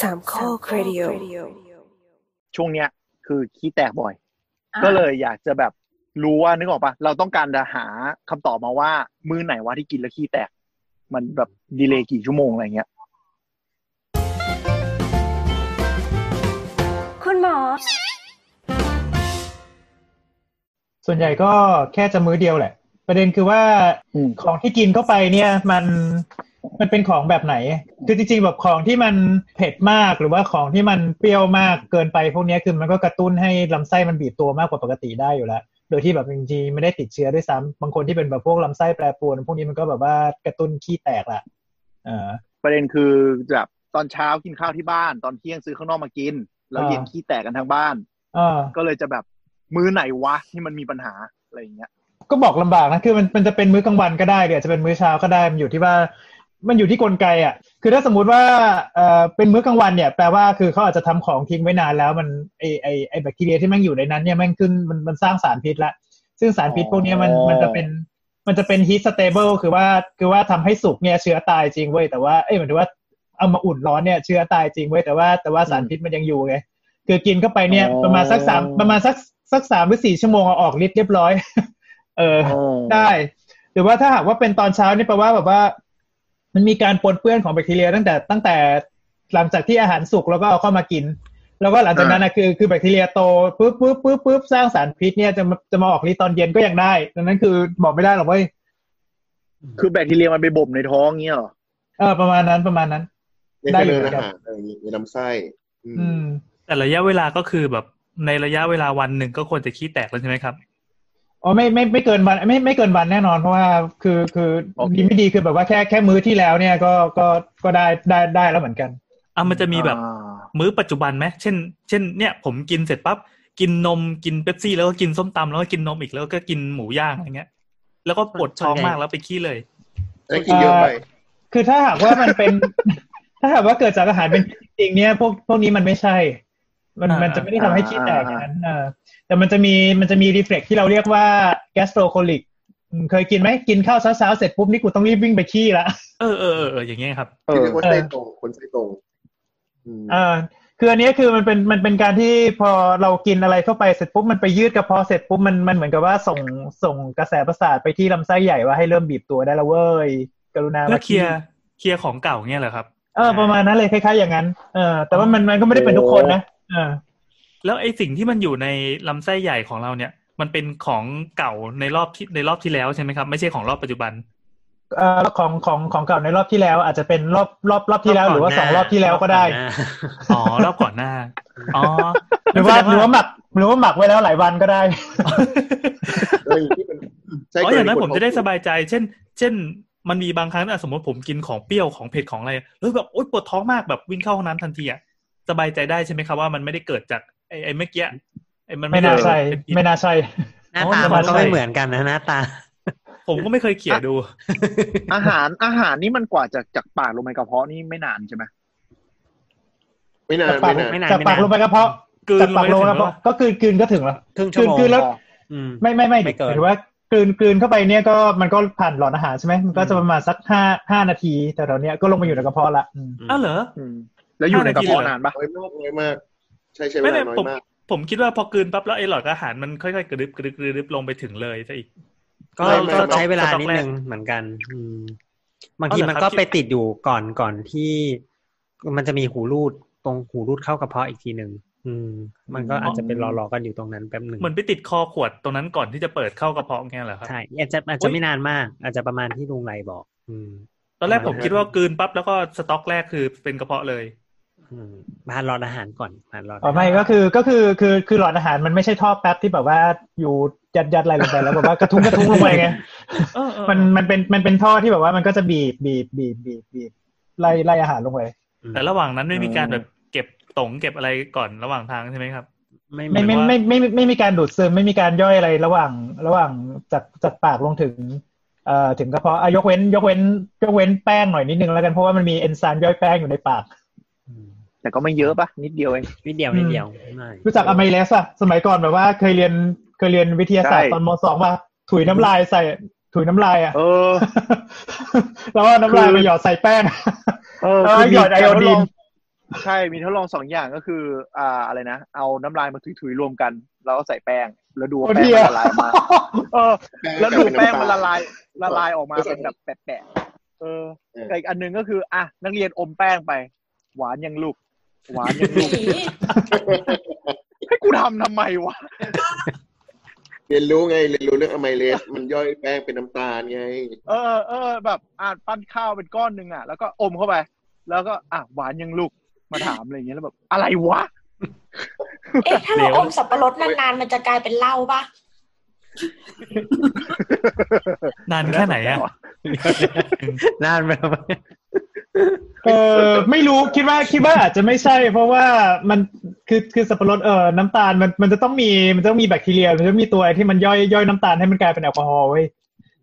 สามข้อครดิโอ ช่วงเนี้ยคือขี้แตกบ่อย ก็เลยอยากจะแบบรู้ว่านึกออกปะเราต้องการจะหาคำตอบมาว่า มื้อไหนว่าที่กินแล้วขี้แตก มันแบบดีเลย์กี่ชั่วโมงอะไรเงี้ย คุณหมอ ส่วนใหญ่ก็แค่จะมื้อเดียวแหละ ประเด็นคือว่า อืม ของที่กินเข้าไปเนี่ยมันมันเป็นของแบบไหน คือจริงๆแบบของที่มันเผ็ดมากหรือว่าของที่มันเปรี้ยวมากเกินไปพวกเนี้ยคือมันก็กระตุ้นให้ลำไส้มันบีบตัวมากกว่าปกติได้อยู่แล้ว โดยที่แบบจริงๆไม่ได้ติดเชื้อด้วยซ้ำบางคนที่เป็นแบบพวกลำไส้แปรปรวน พวกนี้มันก็แบบว่ากระตุ้นขี้แตกละเออ ประเด็นคือแบบตอนเช้ากินข้าวที่บ้าน ตอนเที่ยงซื้อข้างนอกมากิน แล้วเย็น อ่า ขี้แตกกันทั้งบ้าน เออ ก็เลยจะแบบมื้อไหนวะที่มันมีปัญหาอะไรอย่างเงี้ย ก็บอกลำบากนะคือมันมันจะเป็นมื้อกลางวันก็ได้หรืออาจจะเป็นมื้อเช้าก็ได้มันอยู่ที่ว่า มันอยู่ที่กลไกอ่ะ คือถ้าสมมุติว่าเอ่อเป็นมื้อกลางวันเนี่ยแปลว่าคือเขาอาจจะทำของทิ้งไว้นานแล้วมันไอไอไอแบคทีเรียที่แมันอยู่ในนั้นเนี่ยแมันขึ้นมันมันสร้างสารพิษละซึ่งสารพิษพวกเนี้ยมัน อ๋อ มันจะเป็นมันจะเป็นฮีทสเตเบิลคือว่าคือว่าทำให้สุกเนี่ยเชื้อตายจริงเว้ยแต่ว่าเอ้ยหมายถึงว่าเอามาอุ่นร้อนเนี่ยเชื้อตายจริงเว้ยแต่ว่าแต่ว่าสารพิษมันยังอยู่ไงคือกินเข้าไปเนี่ยประมาณสักสามประมาณสักสักสามหรือสี่ชั่วโมงเอาออกฤทธิ์เรียบร้อย เออ ได้ หรือว่าถ้าหากว่าเป็นตอนเช้านี่แปลว่าแบบว่า มันมีการปนเปื้อนของแบคทีเรียตั้งแต่ตั้งแต่หลังจากที่อาหารสุกแล้วก็เอาเข้ามากิน แล้วก็หลังจากนั้นนะคือคือแบคทีเรียโตปุ๊บปุ๊บปุ๊บปุ๊บสร้างสารพิษเนี่ยจะมาจะมาออกฤทธิ์ตอนเย็นก็ยังได้ดังนั้นคือบอกไม่ได้หรอกเว้ย คือแบคทีเรียมันไปบ่มในท้องเงี้ยเหรอ เออประมาณนั้นประมาณนั้น ไม่ ได้อเจยู่ ริเหญมือ อาน กัน หารอะไรอย่างงี้ในลำไส้อืม อืม แต่ระยะเวลาก็คือแบบในระยะเวลาวันหนึ่งก็ควรจะขี้แตกแล้วใช่ไหมครับ อ๋อไม่ไม่ไม่เกินวันไม่ไม่เกินวันแน่นอนเพราะว่าคือคือ โอเค ดีไม่ดีคือแบบว่าแค่แค่มื้อที่แล้วเนี่ยก็ก็ก็ได้ได้ได้แล้วเหมือนกัน อ่ะมันจะมีแบบ อ่า มื้อปัจจุบันไหมเช่น เช่นเนี่ยผมกินเสร็จปั๊บกินนมกินเป๊ปซี่แล้วก็กินส้มตำแล้วก็กินนมอีกแล้วก็กินหมูย่างอะไรเงี้ย แล้วก็ปวดท้องมากแล้วไปขี้เลย ได้กินเยอะไป คือถ้าหากว่ามันเป็น ถ้าหากว่าเกิดจากอาหารเป็นพิษจริงๆเนี่ยพวกพวกนี้มันไม่ใช่ มัน อ่ามั มันจะไม่ได้ทำให้ อ่า ขี้แตก อ่า อย่างนั้นเออแต่มันจะมีมันจะมีรีเฟล็กที่เราเรียกว่า gastrocolic อืมเคยกินไหมกินข้าวเช้าๆเสร็จปุ๊บนี่กูต้องรีบวิ่งไปขี้ละ เออเออเออเอออย่างเงี้ยครับ เออที่เรียกว่าไส้ตรงคนไส้ตรงอืม อ่าคืออันเนี้ยคือมันเป็นมันเป็นการที่พอเรากินอะไรเข้าไปเสร็จปุ๊บมันไปยืดกระเพาะเสร็จปุ๊บมันมันเหมือนกับว่าส่งส่งกระแสประสาทไปที่ลำไส้ใหญ่ว่าให้เริ่มบีบตัวได้แล้วเว้ยกรุณา เพื่อ มา เคลียร์เคลียร์ของเก่าเงี้ยเหรอครับ เออประมาณนั้นเลยคล้ายๆอย่างนั้นเออแต่ว่ามันมันก็ไม่ได้เป็นทุกคนนะเออ แล้วไอ้สิ่งที่มันอยู่ในลำไส้ใหญ่ของเราเนี่ย มันเป็นของเก่าในรอบที่ในรอบที่แล้วใช่ไหมครับ ไม่ใช่ของรอบปัจจุบัน เอ่อของของของเก่าในรอบที่แล้ว อาจจะเป็นรอบรอบรอบที่แล้วหรือว่าสองรอบที่แล้วก็ได้ อ๋อ รอบก่อนหน้า อ๋อ หรือว่าหรือว่าหมักหรือว่าหมักไว้แล้วหลายวันก็ได้ เอ้ยที่เป็นไส้ อ๋ ก อ ร อย่าก งนั้นผมจะได้ส ย บายใจ เช่น เช่น มันมีบางครั้งอะสมมติผมกินของเปรี้ยวของเผ็ดของอะไรแล้วแบบโอ๊ยปวดท้องมากแบบวิ่งเข้าห้องน้ำทันทีอะสบายใจได้ใช่ไหมครับว่ามันไม่ได้เกิดจากไอ้ไอ้เมื่อกี้ไอ้มัน ไม่ ด้ น่าใช่ เป็นพิษ ไม่น่าใช่ หน้า อ๋อ ตา สบาย มันก็ไม่ ใจ เหมือนกันนะหน้าต า ผมก็ไม่เคยเขี่ยดู อาหารอาหารนี่มันกว่าจากจากปากลงไปกระเพาะนี่ไม่นานใช่ไหม ไม่นาน ปาก ไม่นาน ไม่นาน จากปานไม่าก น ลงไปกระเพาะ กลืน จากปากลงกลงไปถึ ระ ง เพาะก็กลืนกลืนก็ถึงแล้ว ครึ่งชั่วโมง กลืนๆแล้ว อืม ไม่ไม่ไม่ ไม่ ดิ เกิน หมายถึงว่ากลืนกลืนเข้าไปเนี่ยก็มันก็ผ่านหลอดอาหารใช่ไหมมันก็จะประมาณสักห้าห้านาทีแต่เราเนี้ยก็ลงไปอยู่ในกระเพาะละอืม อ้าวเหรอ อืม แล้วอยู่ในกระเพาะนานปะ น้อยมากน้อยมาก ใช่ใช้เว ไม่ ลา ได้ น้อย ผม มาก ผมคิดว่าพอกลืนปั๊บแล้วไอ้หลอดอาหารมันค่อยๆกระดึบกระดึบกระดึบลงไปถึงเลยซะอีก ก็ ไม่ไม่ ก็ใช้เวลา สต็อก นิดนึงเหมือนกัน อืม บาง เอา ที เหรอ มัคนรับ ก็ ที่ ไปติดอยู่ก่อนก่อนที่ มันจะมีหูรูดตรงหูรูดเข้ากระเพาะอีกทีหนึ่งอืม มันก็อาจจะเป็นรอๆกันอยู่ตรงนั้นแป๊บหนึ่ง เหมือนไปติดคอขวดตรงนั้นก่อนที่จะเปิดเข้ากระเพาะแค่เหรอครับ ใช่อาจจะอาจจะไม่นานมาก อาจจะประมาณที่ลุงไรบอก อืม ตอนแรกผม ประมาณนั้น คิดว่ากลืนปั๊บแล้วก็สต็อกแรกคือเป็นกระเพาะเลย อืมผ่านรอดอาหารก่อนผ่านรอด อ๋อไม่ก็คือก็คือคือคือหลอดอาหารมันไม่ใช่ท่อแป๊บที่แบบว่าอยู่ยัดยัดอะไรลงไปแล้วแบบว่ากระทุ้งกระทุ้งลงไปไง เออเออ มันมันเป็นมันเป็นท่อที่แบบว่ามันก็จะบีบบีบบีบบีบบีบไล่ไล่อาหารลงไป แต่ระหว่างนั้นไม่มีการแบบเก็บตงเก็บอะไรก่อนระหว่างทางใช่ไหมครับ ไม่ ไม่ไม่ ไม่ ไม่ไม่ไม่ไม่มีการดูดซึมไม่มีการย่อยอะไรระหว่างระหว่างจากจากปากลงถึงเอ่อถึงกระเพาะอ่ะยกเว้น ยกเว้น ยกเว้นแป้งหน่อยนิดนึงแล้วกันเพราะว่ามันมีเอนไซม์ย่อยแป้งอยู่ในปาก อืม แต่ก็ไม่เยอะปะนิดเดียวเอง นิดเดียวนิดเดียวไม่ รู้จักอะไมเลสอะสมัยก่อนแบบว่าเคยเรียนเคยเรียนวิทยาศาสตร์ ใช่ ตอนมสองว่าถุยน้ำลายใส่ถุยน้ำลายอะ เออ แล้วเอาน้ำลาย คือ ไปหยอดใส่แป้ง เออ เออหยอด มี ไอโอดีการทลนง ใช่มีทดลองสองอย่างก็คือ อ่าอะไรนะ เอาน้ำลายมาถุยๆรวมกัน แล้วก็ใส่แป้ง แล้วดูว่า โอ้ แป้ง เหี้ย มันละลายมา เออ แล้วดูแป้งมัน ก ละ ย ลาย ละลายออกมาเป็นแบบแปะๆเออแต่อีกอันหนึงก็คืออ่ะนักเรียนอมแป้งไป หวานยังลูก หวานยังลูก ผี ให้กูทำทำไมวะ เรียนรู้ไงเรียนรู้เรื่องอะไมเลสมันย่อยแป้งเป็นน้ำตาลไง เออเออแบบอ่าปั้นข้าวเป็นก้อนหนึ่งอ่ะ แล้วก็อมเข้าไป แล้วก็อ่ะหวานยังลูกมาถามอะไรอย่างเงี้ยแล้วแบบอะไรวะ เอ๊ะถ้าเราอมสับปะรดนานๆ มันจะกลายเป็นเหล้าปะ นานแค่ไหนอ่ะ นานไปไหม เออไม่รู้คิดว่าคิดว่าอาจจะไม่ใช่ เพราะว่ามันคือคือสับปะรดเออน้ำตาลมันมันจะต้องมีมันจะต้องมีแบคทีเรียมันจะมีตัวที่มันย่อยย่อยน้ำตาลให้มันกลายเป็นแอลกอฮอล์เว้ย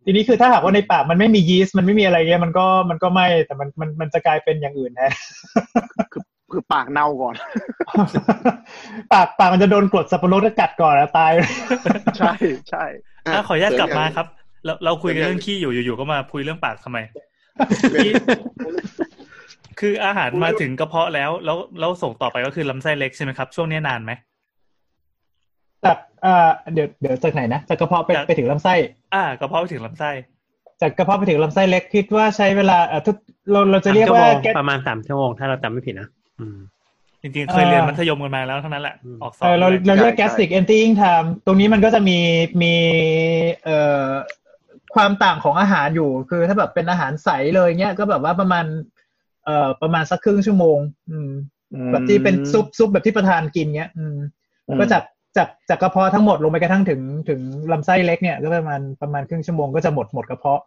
ทีนี้คือถ้าหากว่าในปากมันไม่มียีสต์มันไม่มีอะไรเงี้ยมันก็มันก็ไม่แต่มันมันมันจะกลายเป็นอย่างอื่นแท น คือปากเน่าก่อน ปากปากมันจะโดนกรดสับปะรดกัดก่อนแล้วตาย ใช่ใช่ อ่ะ อ่ะขออนุญาตกลับมาครับ เ เราเราคุยกันเรื่องขี้อยู่อยู่ๆก็มาพูดเรื่องปากทำไม สริมยัง คืออาหารมาถึงกระเพาะแล้ว แล้วแล้วส่งต่อไปก็คือลำไส้เล็กใช่ไหมครับ ช่วงนี้นานไหม จากเอ่อเดี๋ยวเดี๋ยวจากไหนนะจากกระเพาะไป จาก ไปถึงลำไส้ อ่ากระเพาะไปถึงลำไส้ จากกระเพาะไปถึงลำไส้เล็กคิดว่าใช้เวลาเอ่อทุกเราเราจะเรียก สมชั่วโม ว่าง แกะ ประมาณสามชั่วโมงถ้าเราจำไม่ผิดนะอืม จริงๆ เคยเรียน อ่ามั มัธยมกันมาแล้วเท่านั้นแหละ อืม ออกสอ เอบ อเรา ด้วย เราเรียก gastric emptying time ตรงนี้มันก็จะมีมีเอ่อความต่างของอาหารอยู่ คือถ้าแบบเป็นอาหารใสเลยเนี้ยก็แบบว่าประมาณเอ่อประมาณสักครึ่งชั่วโมง อืมแบบที่เป็นซุปซุปแบบที่ประธานกินเนี้ย อืมก็จากจากจากกระเพาะทั้งหมดลงไปกระทั่งถึงถึงลำไส้เล็กเนี่ยก็ประมาณประมาณครึ่งชั่วโมงก็จะหมดหมดกระเพาะ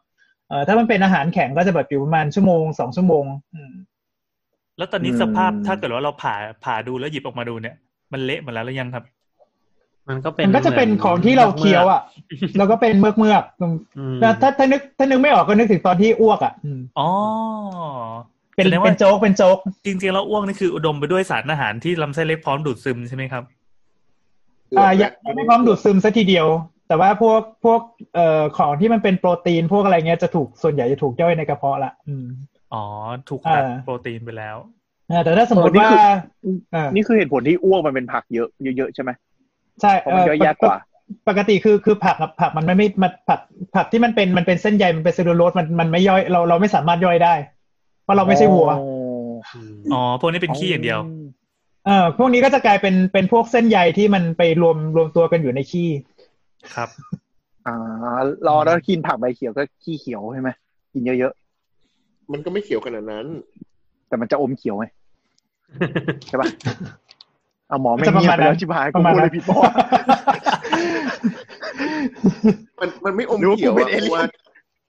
เอ่อถ้ามันเป็นอาหารแข็งก็จะแบบอยู่ประมาณชั่วโมงสองชั่วโมง อืม แล้วตอนนี้สภาพถ้าเกิดว่าเราผ่าผ่าดูแล้วหยิบออกมาดูเนี่ย มันเละหมดแล้วหรือยังครับ มันก็เป็น มันก็จะเป็นของที่เราเคี้ยวอ่ะ แล้วก็เป็นเมือกเมือกๆตรง อืม ถ้าถ้าถ้านึกถ้านึกไม่ออกก็นึกถึงตอนที่อ้วกอ่ะอืม อ๋อ เป็น แสดง เป็ ว่าน โจ๊กเป็นโจ๊ก จริงๆแล้วอ้วกนี่คืออุดมไปด้วยสารอาหารที่ลำไส้เล็กพร้อมดูดซึมใช่ไหมครับ อ่ายังยังไม่พร้อมดูดซึมซะทีเดียว แต่ว่าพวกพวกเอ่อของที่มันเป็นโปรตีนพวกอะไรเงี้ยจะถูกส่วนใหญ่จะถูกย่อยในกระเพาะละอืม อ๋อ ถูกตัด อ่า โปรตีนไปแล้ว อ่าแต่ถ้าสมมติว่าอ่าน นี่คือเหตุผลที่อ้วกมันเป็นผักเยอะเยอะๆใช่ไหม ใช่ เพราะมันย่อยยากกว่า ปปกติคือคือผักอะผักมันไม่ไม่มันผักผักที่มันเป็นมันเป็นเส้นใยมันเป็นเซลลูโลสมันมันไม่ย่อยเราเราไม่สามารถย่อยได้ เพราะเราไม่ใช่วัว อ๋อ พวกนี้เป็นขี้อย่างเดียว เออพวกนี้ก็จะกลายเป็นเป็นพวกเส้นใยที่มันไปรวมรวมตัวกันอยู่ในขี้ ครับ อ่ารอแล้วกินผักใบเขียวก็ขี้เขียวใช่ไหมกินเยอะ มันก็ไม่เขียวขนาดนั้น ๆ แต่มันจะอมเขียวไงใช่ปะเอาหมอไม่ จะประ เงีย มา บ ณ ไปแล้ว นั้น ชิบหาย ป กู ระมาณ พูด นั้ เล น ยผิดปอ มันมันไม่อม หรือว่ากู เขียว เป็นอะเพ alien ราะว่า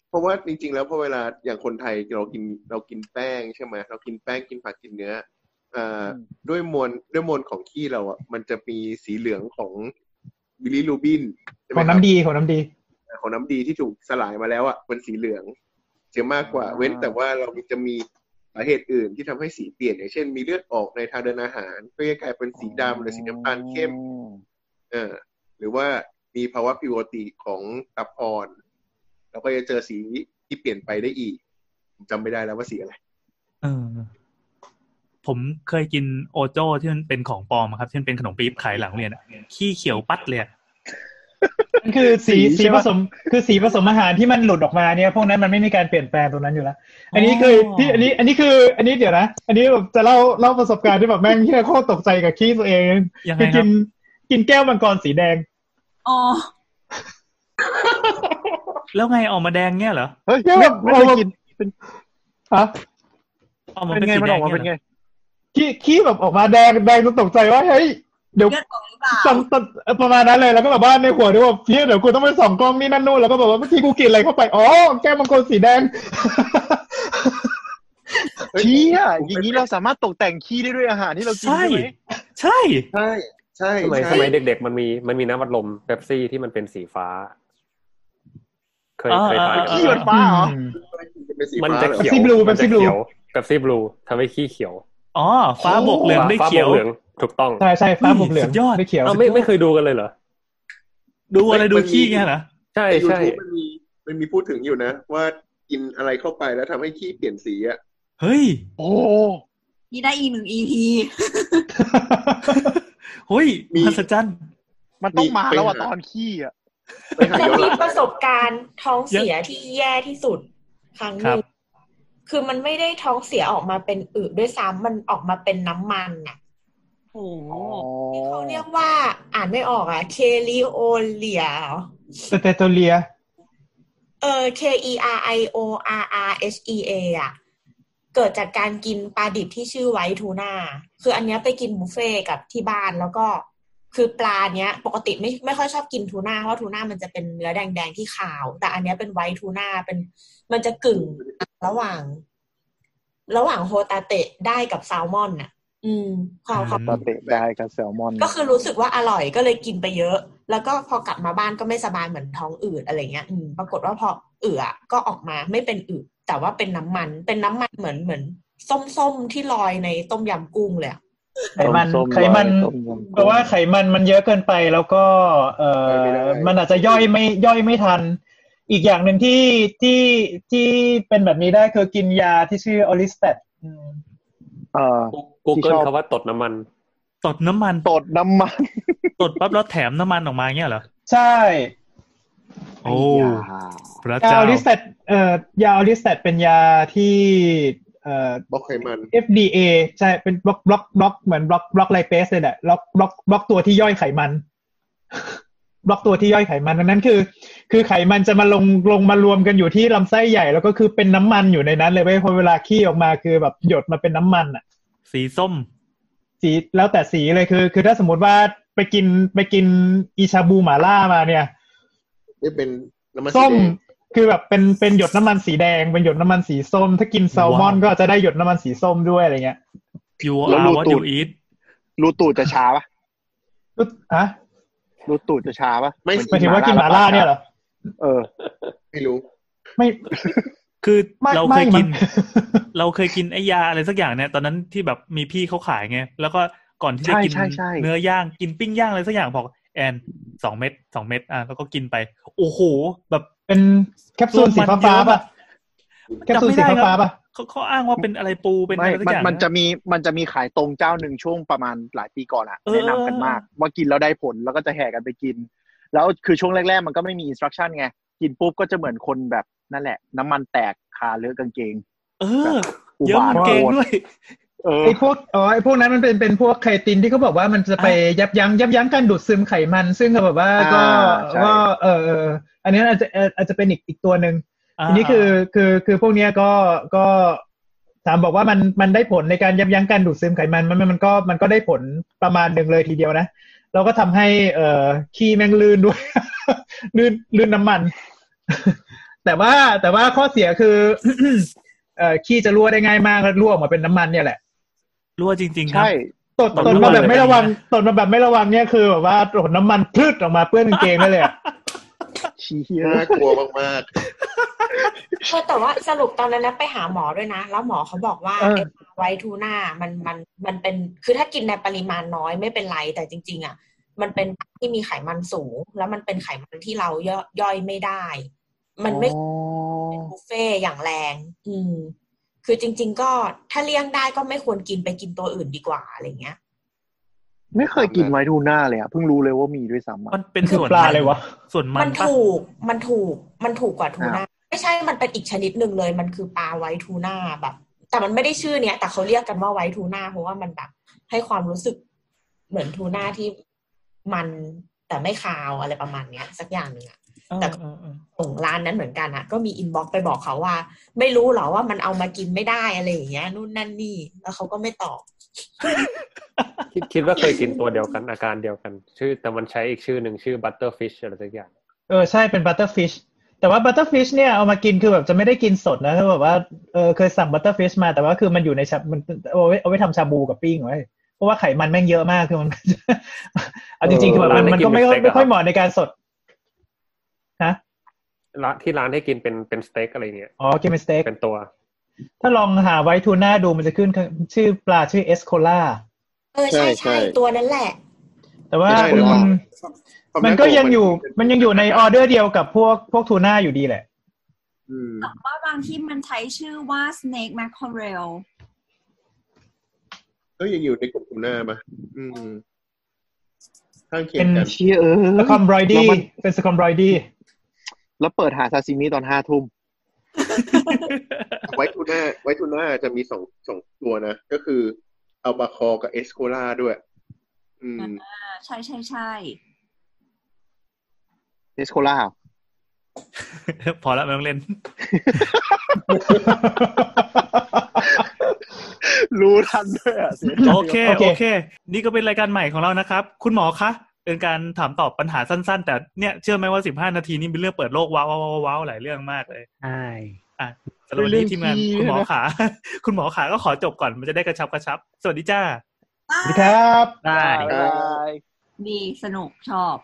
เพราะว่าจริงๆ แล้วพอเวลาอย่างคนไทยเรากินเรากินแป้งใช่ไหมเรากินแป้งกินผักกินเนื้อเอ่ออ ม ด้วยมวลด้วยมวลของขี้เราอ่ะมันจะมีสีเหลืองของบิลิรูบินใช่ไห ข ม อง ครับ น้ำดีของน้ำดี ของน้ำดีที่ถูกสลายมาแล้วอ่ะเป็นสีเหลืองจะมากกว่าเว้นแต่ว่าเราจะมีสาเหตุอื่นที่ทำให้สีเปลี่ยนอย่างเช่น มีเลือดออกในทางเดินอาหาร ก็จะกลายเป็นสีดำหรือสีน้ำตาลเข้ม เออหรือว่ามีภาวะผิวติของตับอ่อนเราก็จะเจอสีที่เปลี่ยนไปได้อีกผมจำไม่ได้แล้วว่าสีอะไร เออ ผมเคยกินโอโจ้ที่มันเป็นของปลอมอะครับที่มันเป็นขนมปี๊บขายหลังโรงเรียนอะขี้เขียวปัดเลยอะ มันคือสี สี สี ใช่ ผ ปะ สมคือสีผสมอาหารที่มันหลุดออกมาเนี่ยพวกนั้นมันไม่มีการเปลี่ยนแปลงตรงนั้นอยู่แล้ว อันนี้คือที่อันนี้อันนี้คืออันนี้เดี๋ยวนะ อันนี้แบบจะเล่าเล่าประสบการณ์ที่แบบแม่งที่โคตรตกใจกับขี้ตัวเอง ยังไง คือ ค กิ รับ นกินแก้วมังกรสีแดง อ๋อ แล้วไงออกมาแดงเนี่ยเหรอ เฮ้ย เนี่ย ไม่ แบบ ไม่เคย เรา กินเป็น ฮะ ออกมา เป็ เป็น นไง สี มันอแดอง กมา เนี่ เป็นยเหร ไง อ ขี้ขี้แบบออกมาแดงแดงจนตกใจว่าเฮ้ยเดี๋ยว เลือดออกหรือเปล่า ตอนตอนเอ่อประมาณนั้นเลยแล้วก็แบบว่าในหัวด้วยว่าเพี้ยเดี๋ยวกูต้องไปส่องกล้องนี่นั่นนู่นแล้วก็บอกว่าเมื่อกี้กูกินอะไรเข้าไปอ๋อแก้วมังกรสีแดง เฮ้ย เชี่ยอย่างนี้เราสามารถตกแต่งขี้ได้ด้วยอาหารที่เรากิน ใช่ ใช่ไหม ใช่สใช่ใช่มัย ใช่ สมัยเด็กๆ มันมีมันมีน้ำวัดลมเบปซี่ที่มันเป็นสีฟ้า เคย อ่า เคยทานกันอ่าขี้หยดฟ้าเหรอ เป็นสี มัน ฟ้า จะ เหรอ เขียว Pepsi Blue มันจะ Pepsi Blue เขียวเบปซี่บลูทำให้ขี้เขียว อ๋อ ฟ้าบกเหลืองได้ ฟ้า เขียว บวกเหลืองถูกต้อง ใช่ใช่ฟ้าผมเหลือง สุดยอด ไม่เขียว เอาไม่ไม่เคยดูกันเลยเหรอ ดูอะไรดูขี้เงี้ยเหรอ ใช่ ใน ใช่ YouTube มันมีมันมีพูดถึงอยู่นะ ว่ากินอะไรเข้าไปแล้วทำให้ขี้เปลี่ยนสีอะ เฮ้ย โอ้ นี่ได้อีกหนึ่ง EP เฮ้ย มี มหัศจรรย์ มันต้องมาแล้วอะ มีไปหา ตอนขี้อะ ไปหา จะ ย้อนห มี ลัง ประสบการณ์ท้องเสียที่แย่ที่สุดครั้งหนึ่ ค ง รับ คือมันไม่ได้ท้องเสียออกมาเป็นอึด้วยซ้ำมันออกมาเป็นน้ำมันน่ะ โอ้โห เขาเรียกว่าอ่านไม่ออกอ่ะเคลิโอเลียเหรอ สเตโตเลีย เออ K E R I O R R H E A อ่ะเกิดจากการกินปลาดิบที่ชื่อไวท์ทูน่าคืออันเนี้ยไปกินบุฟเฟ่ต์กับที่บ้านแล้วก็ คือปลาเนี้ย ปกติไม่ไม่ค่อยชอบกินทูน่าเพราะทูน่ามันจะเป็นเนื้อแดงๆที่ขาว แต่อันเนี้ยเป็นไวท์ทูน่าเป็นมันจะกึ่งระหว่าง ระหว่างโฮตาเตะได้กับแซลมอนน่ะ อืมความความ ตาเตะได้กับแซลมอน ก็คือรู้สึกว่าอร่อยก็เลยกินไปเยอะ แล้วก็พอกลับมาบ้านก็ไม่สบายเหมือนท้องอืดอะไรเงี้ยอืมปรากฏว่าพออืดอะก็ออกมาไม่เป็นอืดแต่ว่าเป็นน้ำมัน เป็นน้ำมันเหมือนเหมือนส้มๆที่ลอยในต้มยำกุ้งเลยอะ ไขมัน ส้มๆ ไขมัน ร้อยต้มยำกุ้ง แปลว่าไขมันมันเยอะเกินไปแล้วก็ เอ ไป อ ไม่ได้ มันอาจจะย่อยไม่ย่อยไม่ทัน อีกอย่างหนึ่งที่ที่ที่เป็นแบบนี้ได้คือกินยาที่ชื่ออลิสเตต เออ กู ที่ เกิ ช ล อบ คำว่าตดน้ำมัน ตดน้ำมัน ตดน้ำมัน ตดปั๊บแล้วแถมน้ำมันออกมาเงี้ยเหรอ ใช่ โอ้พระ ยา เจ้า อลิสเตตเอ่อยาอลิสเตตเป็นยาที่เอ่อ บล็อกไขมัน FDA ใช่เป็นบล็อกบล็อกบล็อกเหมือนบล็อกบล็อกไลเปสเลยแหละบล็อกบล็อกบล็อกตัวที่ย่อยไขมัน บล็อกตัวที่ย่อยไขมันดังนั้นคือ คือไขมันจะมาลงลงมารวมกันอยู่ที่ลำไส้ใหญ่ แล้วก็คือเป็นน้ำมันอยู่ในนั้นเลยเว้ยพอเวลาขี้ออกมาคือแบบหยดมาเป็นน้ำมันอ่ะ สีส้ม สีแล้วแต่สีเลยคือ คือถ้าสมมติว่าไปกินไปกินอิชาบูหมาล่ามาเนี่ย นี่เป็นน้ำมัน ส้ม แดง คือแบบเป็นเป็นหยดน้ำมันสีแดง เป็นหยดน้ำมันสีส้ม ถ้ากินแซลมอน ว้าว ก็จะได้หยดน้ำมันสีส้มด้วยอะไรเงี้ย you แล้ว are รู what ตู you ด eat รูตูดจะช้าปะ อุ๊ยอะ รูตูดจะช้าปะ ไม่ หมายถึงว่ากินหมาล่าเนี่ยเหรอ เออ ไม่รู้ ไม่ คือ ไม่ เราเคยกิน ไม่มั้ง เราเคยกินไอยาอะไรสักอย่างเนี่ย ตอนนั้นที่แบบมีพี่เขาขายไง แล้วก็ก่อนที่จะ ใช่ กิน ใช่ใช่ เนื้อย่างกินปิ้งย่างอะไรสักอย่างบอกแอนสองเม็ดสองเม็ดอ่ะแล้วก็กินไป โอ้โห แบบ เป็นแคปซูลสีฟ้าฟ้าๆป่ะแคปซูลสีฟ้าฟ้าๆป่ะ เขาเขาอ้างว่าเป็นอะไรปูเป็นอะ ไม่ ไรมัสักอน ย่าง มันจะมีมันจะมีขายตรงเจ้าหนึ่งช่วงประมาณหลายปีก่อนอะ เออ แนะนำกันมาก ว่ากินแล้วได้ผลแล้วก็จะแห่กันไปกิน แล้วคือช่วงแรก ๆ มันก็ไม่มีอินสตรั t ชั่นไง กินปุ๊บก็จะเหมือนคนแบบนั่นแหละ น้ำมันแตกคาเลือะกางเกง เออ อุ เยอะ บาท มันเก่ง โคตร ด้วย เออ ไอพวกอ๋อไอพวกนั้นมันเป็นเป็นพวกไคตินที่เขาบอกว่ามันจะไปยับยั้งยับยั้งการดูดซึมไขมัน ซึ่งก็แบบว่าก็ าใช่ ก็เออเอออันนี้อาจจะเอ่ออาจจะเป็นอีกอีกตัวหนึ่ง า ทีนี้คือคือคือพวกเนี้ยก็ก็ถามบอกว่ามันมันได้ผลในการยับยั้งการดูดซึมไขมันมันมันมันก็มันก็ได้ผลประมาณหนึ่งเลยทีเดียวนะเราก็ทำให้เอ่อขี้แม่งลื่นด้วย ลื่นลื่นน้ำมัน แต่ว่าแต่ว่าข้อเสียคือ เอ่อขี้จะรั่วได้ง่ายมากแล้วรั่วออกมาเป็นน้ำมันเนี่ยแหละ รั่วจริง ๆ ครับ ใช่ ตด ตด ตดมา รั่ว แบบไม่ระวัง เลยนะ ตดมาแบบไม่ระวังเนี่ยคือแบบว่าตดน้ำมันพลืดออกมาเปื้อนกางเกงได้เลยอะ ชี้เหี้ย น่ากลัวมาก เออแต่ว่าสรุปตอนนั้นนะไปหาหมอด้วยนะ แล้วหมอเขาบอกว่า เออ ไอ้ไวท์ทูน่ามันมันมันเป็นคือถ้ากินในปริมาณน้อยไม่เป็นไรแต่จริง ๆ อ่ะ มันเป็นที่มีไขมันสูง แล้วมันเป็นไขมันที่เราย่อยย่อยไม่ได้ มันไม่ อ๋อ เป็นบุฟเฟ่ต์อย่างแรง อืม คือจริง ๆ ก็ถ้าเลี่ยงได้ก็ไม่ควรกินไปกินตัวอื่นดีกว่าอะไรเงี้ย ไม่เคยกินไวท์ทูน่าเลยอะเพิ่งรู้เลยว่ามีด้วยซ้ำอะ มันเป็น คือ ส่วน ปลา มัน เลยวะ ส่วนมั มัน น ปะ ถูก มันถูก มันถูกกว่าทูน่า ไม่ใช่ มันเป็นอีกชนิดหนึ่งเลย มันคือปลาไวท์ทูน่าแบบ แต่มันไม่ได้ชื่อเนี้ย แต่เขาเรียกกันว่าไวท์ทูน่าเพราะว่ามันแบบ ให้ความรู้สึกเหมือนทูน่าที่มันแต่ไม่คาวอะไรประมาณเนี้ย สักอย่างหนึ่งอะ เออเออเออ ส่งร้านนั้นเหมือนกันอ่ะ ก็มีอินบ็อกซ์ไปบอกเขาว่า ไม่รู้เหรอว่ามันเอามากินไม่ได้อะไรอย่างเงี้ยนู่นนั่นนี่ แล้วเขาก็ไม่ตอบ คิดคิดว่าเคยกินตัวเดียวกันอาการเดียวกัน ชื่อแต่มันใช้อีกชื่อหนึ่งชื่อ butterfish อะไรสักอย่าง เออใช่เป็นบัตเตอร์ฟิชแต่ว่าบัตเตอร์ฟิชเนี่ยเอามากินคือแบบจะไม่ได้กินสดนะถ้าแบบว่าเออเคยสั่งบัตเตอร์ฟิชมาแต่ว่าคือมันอยู่ในชามันเอาไว้เอาไว้ทำชาบูกับปิ้งไว้เพราะว่าไขมันแม่งเยอะมากคือมัน เอาจริงๆคือแบบมันมันก็ไม่ค่อยไม่ค่อยเหมาะในการสด ร้านที่ร้านให้กินเป็นเป็นสเต็กอะไรเงี้ย อ๋อกินเป็นสเต็ก เป็นตัว ถ้าลองหาไว้ทูน่าดูมันจะขึ้นชื่อปลาชื่อเอสโคล่า เออใช่ ใช่ ใช่ ใช่ ตัวนั้นแหละ แต่ว่า ไม่ได้ คุณ หรอก มั ๆ นก็ยังอยู่มันยังอยู่ในออเดอร์เดียวกับพวกพวกทูน่าอยู่ดีแหละ อืม แต่ว่าบางที่มันใช้ชื่อว่า snake mackerel ก็ยังอยู่ในกลุ่มกลุ่มหน้าปะอืมข้างเคีย เป็ ง น กัน เชี่ยเออ สคอมบรอยดี้ แล้วมัน เป็นสคอมบรอย ดี้ แล้วเปิดหาซาซิมิตอนห้าทุ่ม ไวท์ทูน่าไวท์ทูน่าจะมีสองสองตัวนะ ก็คืออัลบาคอร์กับเอสโคล่าด้วย อืม อ่าใช่ใช่ใช่ เนสโคล่า พอแล้วไม่ต้องเล่น รู้ทันด้วยอะเสียใจ โอเค โอเค นี่ก็เป็นรายการใหม่ของเรานะครับ คุณหมอคะ เป็นการถามตอบปัญหาสั้น ๆ แต่เนี่ยเชื่อไหมว่าสิบห้านาทีนี้เป็นเรื่องเปิดโลกว้าวว้าวว้าวว้าวหลายเรื่องมากเลย ใช่ สำหรับวันนี้ทีมงานคุณหมอขา คุณหมอขาก็ขอจบก่อนมันจะได้กระชับกระชับ สวัสดีจ้า สวัสดีครับ ได้ บ๊ายบาย ดีสนุกชอบ